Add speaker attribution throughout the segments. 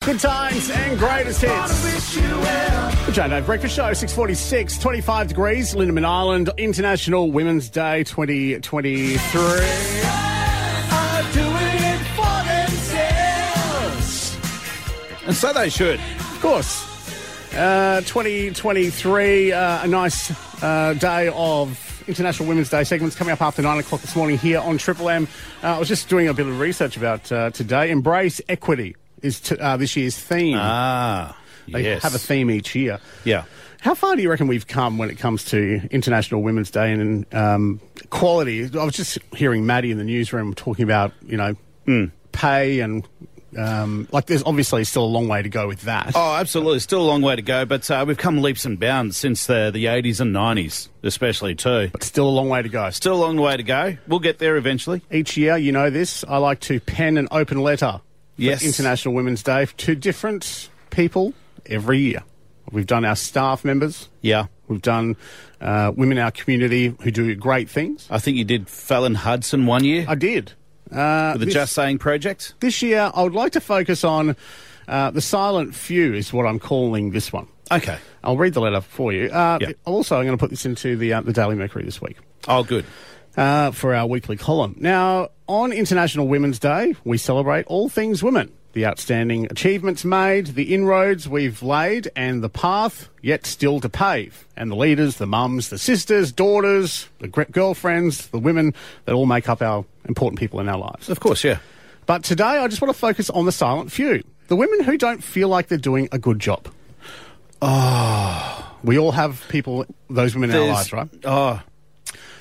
Speaker 1: Good times and greatest hits. J Breakfast Show, 646, 25 degrees, Lindemann Island, International Women's Day 2023.
Speaker 2: And so they should.
Speaker 1: Of course, uh, 2023, uh, a nice uh, day of International Women's Day segments coming up after 9 o'clock this morning here on Triple M. Uh, I was just doing a bit of research about uh, today. Embrace Equity is t- uh, this year's theme.
Speaker 2: Ah,
Speaker 1: they
Speaker 2: yes.
Speaker 1: have a theme each year.
Speaker 2: Yeah.
Speaker 1: How far do you reckon we've come when it comes to International Women's Day and um, equality? I was just hearing Maddie in the newsroom talking about, you know,
Speaker 2: Hmm.
Speaker 1: pay and um, like there's obviously still a long way to go with that.
Speaker 2: Oh, absolutely. Still a long way to go, but uh, we've come leaps and bounds since the, the 80s and 90s, especially too.
Speaker 1: But still a long way to go.
Speaker 2: Still a long way to go. We'll get there eventually.
Speaker 1: Each year, you know this, I like to pen an open letter for
Speaker 2: Yes.
Speaker 1: International Women's Day to different people every year. We've done our staff members.
Speaker 2: Yeah.
Speaker 1: We've done uh, women in our community who do great things.
Speaker 2: I think you did Fallon Hudson one year
Speaker 1: I did. Uh,
Speaker 2: with the
Speaker 1: this-
Speaker 2: Just Saying project.
Speaker 1: This year, I would like to focus on uh, the silent few, is what I'm calling this one.
Speaker 2: Okay.
Speaker 1: I'll read the letter for you. Uh,
Speaker 2: Yeah.
Speaker 1: Also, I'm going to put this into the, uh, the Daily Mercury this week
Speaker 2: Oh, good.
Speaker 1: uh, for our weekly column. Now, on International Women's Day, we celebrate all things women the outstanding achievements made, the inroads we've laid, and the path yet still to pave. And the leaders, the mums, the sisters, daughters, the gr- girlfriends, the women that all make up our important people in our lives.
Speaker 2: Of course, yeah.
Speaker 1: But today, I just want to focus on the silent few the women who don't feel like they're doing a good job. Oh. We all have people, those women in our lives, right?
Speaker 2: Oh,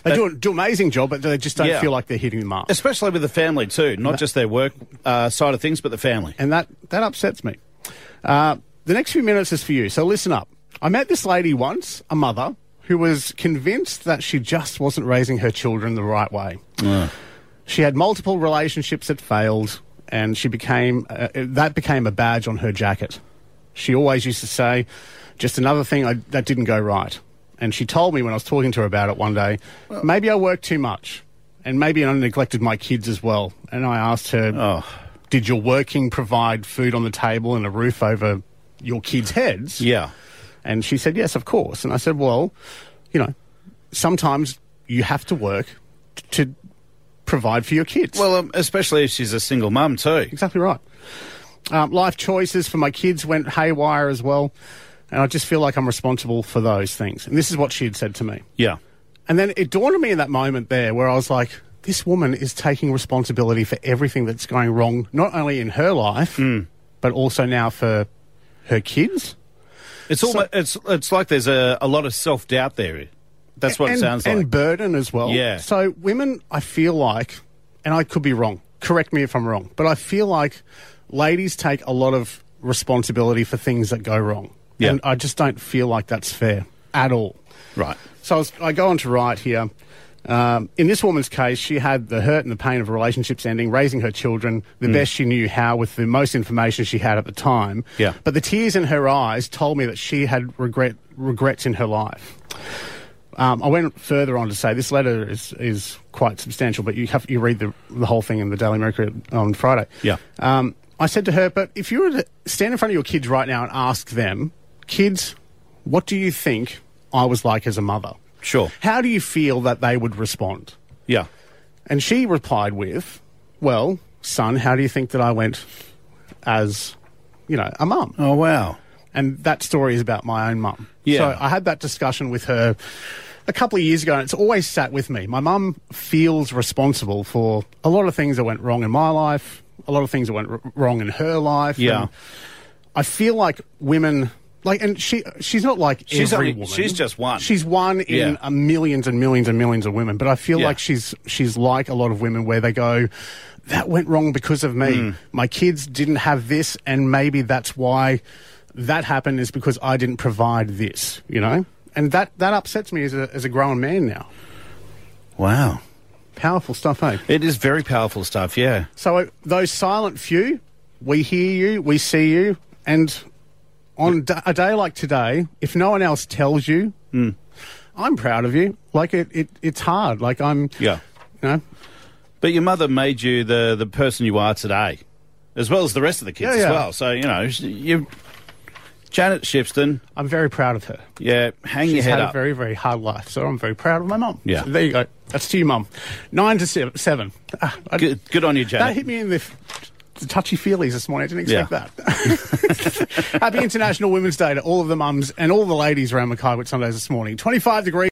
Speaker 1: They do, do amazing job, but they just don't
Speaker 2: Yeah.
Speaker 1: feel like they're hitting the mark.
Speaker 2: especially with the family too, not just their work uh, side of things, but the family.
Speaker 1: And that, that upsets me. Uh, the next few minutes is for you, so listen up. I met this lady once, a mother, who was convinced that she just wasn't raising her children the right way. She had multiple relationships that failed, and she became uh, that became a badge on her jacket. She always used to say, "Just another thing I, that didn't go right." And she told me when I was talking to her about it one day, maybe I worked too much, and maybe I neglected my kids as well. And I asked her, "Did your working provide food on the table and a roof over your kids' heads?"
Speaker 2: Yeah.
Speaker 1: And she said, Yes, of course. And I said, Well, you know, sometimes you have to work t- to provide for your kids.
Speaker 2: Well, um, especially if she's a single mum too.
Speaker 1: exactly right. Um, life choices for my kids went haywire as well. And I just feel like I'm responsible for those things. And this is what she had said to me.
Speaker 2: Yeah.
Speaker 1: And then it dawned on me in that moment there where I was like, this woman is taking responsibility for everything that's going wrong, not only in her life,
Speaker 2: Hmm.
Speaker 1: but also now for her kids.
Speaker 2: It's almost it's it's like there's a, a lot of self doubt there. That's what
Speaker 1: and,
Speaker 2: it sounds like.
Speaker 1: And burden as well.
Speaker 2: Yeah.
Speaker 1: So women, I feel like, and I could be wrong. Correct me if I'm wrong, but I feel like ladies take a lot of responsibility for things that go wrong.
Speaker 2: Yeah.
Speaker 1: And I just don't feel like that's fair at all.
Speaker 2: right.
Speaker 1: So I, was, I go on to write here. Um, in this woman's case, she had the hurt and the pain of relationships ending, raising her children the
Speaker 2: Hmm.
Speaker 1: best she knew how with the most information she had at the time.
Speaker 2: Yeah.
Speaker 1: But the tears in her eyes told me that she had regret, regrets in her life. Um, I went further on to say this letter is, is quite substantial, but you, have, you read the, the whole thing in the Daily Mercury on Friday.
Speaker 2: Yeah.
Speaker 1: Um, I said to her, but if you were to stand in front of your kids right now and ask them, kids, what do you think I was like as a mother?
Speaker 2: Sure.
Speaker 1: How do you feel that they would respond?
Speaker 2: Yeah.
Speaker 1: And she replied with, well, son, how do you think that I went as, you know, a mum?
Speaker 2: Oh wow.
Speaker 1: and that story is about my own mum.
Speaker 2: Yeah.
Speaker 1: So I had that discussion with her a couple of years ago, and it's always sat with me. My mum feels responsible for a lot of things that went wrong in my life, a lot of things that went r- wrong in her life.
Speaker 2: Yeah.
Speaker 1: and I feel like women. Like and she, she's not like
Speaker 2: She's
Speaker 1: every
Speaker 2: only-
Speaker 1: woman.
Speaker 2: she's just one.
Speaker 1: She's one in
Speaker 2: Yeah.
Speaker 1: a millions and millions and millions of women. But I feel
Speaker 2: Yeah.
Speaker 1: like she's she's like a lot of women where they go, that went wrong because of me.
Speaker 2: Mm.
Speaker 1: My kids didn't have this, and maybe that's why that happened is because I didn't provide this. You know, and that that upsets me as a as a grown man now.
Speaker 2: Wow.
Speaker 1: Powerful stuff, eh?
Speaker 2: It is very powerful stuff. Yeah.
Speaker 1: So uh, those silent few, we hear you, we see you, and on da- a day like today, if no one else tells you,
Speaker 2: Mm.
Speaker 1: I'm proud of you. Like it, it, it's hard. Like I'm,
Speaker 2: Yeah.
Speaker 1: you know,
Speaker 2: But your mother made you the the person you are today. as well as the rest of the kids
Speaker 1: Yeah,
Speaker 2: as
Speaker 1: yeah.
Speaker 2: well. So you know, sh- you Janet Shipston,
Speaker 1: I'm very proud of her.
Speaker 2: yeah, hang your
Speaker 1: She's
Speaker 2: head
Speaker 1: had
Speaker 2: up.
Speaker 1: a very, very hard life, so I'm very proud of my mum.
Speaker 2: Yeah.
Speaker 1: So there you go. That's to you, mum. Nine to seven. seven. Ah, I-
Speaker 2: good, good on you,
Speaker 1: that
Speaker 2: Janet.
Speaker 1: hit me in the, f- the touchy feelies this morning. I didn't expect
Speaker 2: Yeah.
Speaker 1: that. Happy International Women's Day to all of the mums and all the ladies around Mackay Sundays this morning. 25 degrees.